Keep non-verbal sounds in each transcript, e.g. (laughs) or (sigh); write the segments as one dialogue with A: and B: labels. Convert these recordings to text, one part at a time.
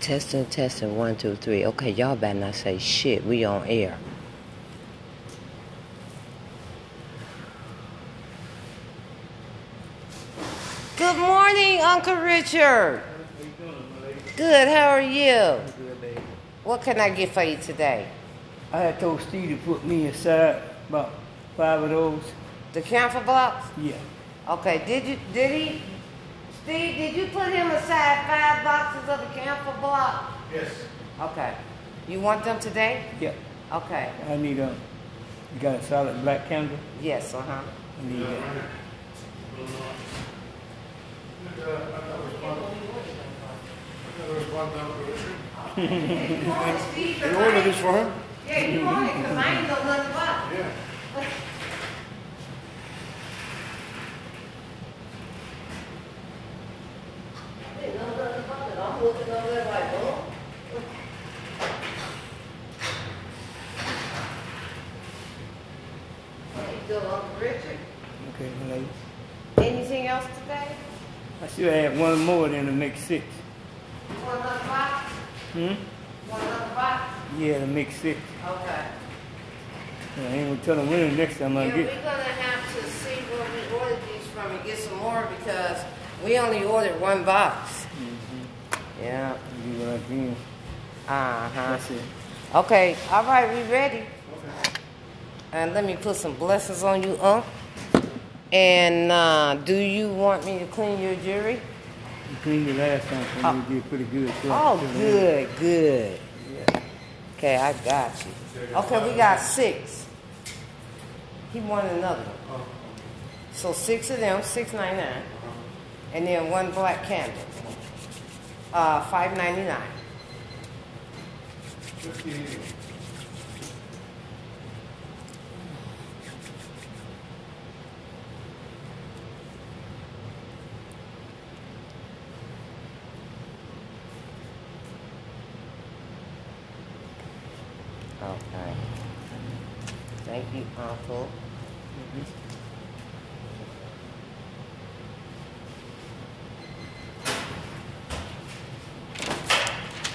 A: testing, testing, one, two, three. Okay, y'all better not say shit. We on air. Good morning, Uncle Richard. Good, how are you? What can I get for you today?
B: I had told Steve to put me aside about five of those.
A: The camphor blocks?
B: Yeah.
A: Okay, did you, did he, Steve, did you put him aside five boxes of the camphor block?
C: Yes.
A: Okay. You want them today?
B: Yeah.
A: Okay.
B: I need a. You got a solid black candle?
A: Yes, uh huh.
B: I need that.
C: You ordered this for him?
A: Yeah, you want it, cause I ain't gonna let about
C: Yeah.
A: I didn't know nothing about it. I'm looking over there like, oh. How you doing, Uncle Richard?
B: Okay, ladies.
A: Anything else today?
B: I should have one more than to make six.
A: You want another box?
B: Hmm?
A: You want another box?
B: Yeah, to make six.
A: Okay.
B: I ain't gonna tell them when the next time I
A: Yeah, we're
B: get.
A: gonna have to see where we ordered these from and get some more because we only ordered one box.
B: Mm-hmm.
A: Yeah,
B: Do what I can.
A: uh-huh.
B: That's it.
A: Okay, all right, we ready. And let me put some blessings on you, Unc. And uh, do you want me to clean your jewelry?
B: You cleaned it last time, so
A: Oh.
B: you did pretty good. so I
A: Oh,
B: still have it.
A: good, good. Okay, I got you. Okay, we got six. He wanted another one. So six of them, six ninety nine, and then one black candle, uh, five ninety nine. Okay. Thank you, Uncle.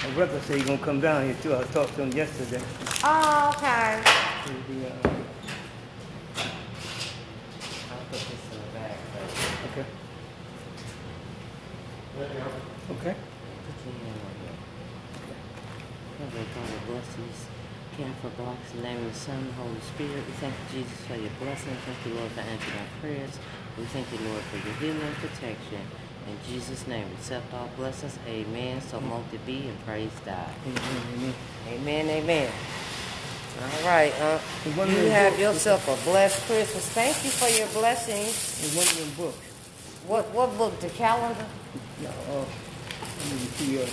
B: My brother said he gonna come down here too. I talked to him yesterday.
A: Oh, okay.
B: He'll be, uh,
A: I'll put this in the bag. first.
B: okay. Okay.
A: Put your hand on it. Heavenly Father, bless these camphor blocks in the name of the Son, and the Holy Spirit. We thank you, Jesus, for your blessing. Thank you, Lord, for answering our prayers. We thank you, Lord, for your healing and protection. In Jesus' name, accept all blessings. Amen. So multi be and praise God.
B: Amen, amen.
A: Amen, amen. All right, uh,
B: And one little book.
A: yourself a blessed Christmas. Thank you for your blessings.
B: It's one of them books.
A: What what book? The calendar?
B: No, uh, let me see uh,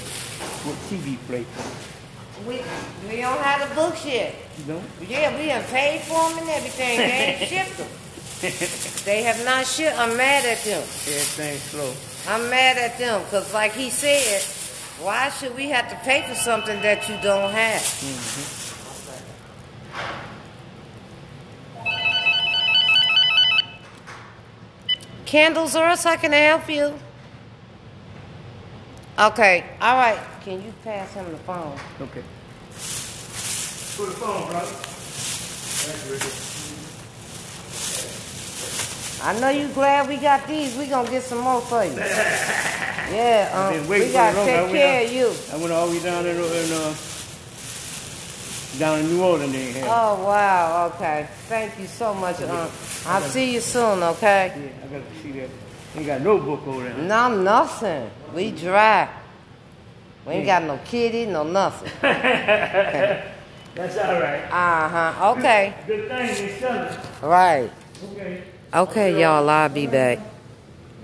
B: what TV play for.
A: We we don't have the books yet.
B: You know?
A: Yeah, we have paid for them and everything. They ain't shipped them. They have not shipped. I'm mad at them.
B: Everything's slow.
A: I'm mad at them because, like he said, why should we have to pay for something that you don't have? Candles, or else I can help you. Okay, all right. Can you pass him the phone?
B: Okay.
C: For the phone, brother. Thank you, Richard.
A: I know you glad we got these. We gonna get some more for you. yeah,
B: Been
A: um,
B: waiting
A: we
B: for
A: gotta
B: it long. I
A: take
B: went
A: care
B: out-
A: of you.
B: I went all the way down in, in uh, down in New Orleans. They had.
A: Oh wow, okay. Thank you so much, um. I'll see you soon, okay?
B: Yeah, I got to see that. Ain't got no book over
A: (laughs)
B: there. (laughs)
A: No nothing. We dry. We ain't got no kitty, no nothing.
B: That's all right.
A: Uh-huh. Okay.
B: Good thing they sell it.
A: Right.
B: Okay.
A: Okay, y'all, I'll be back.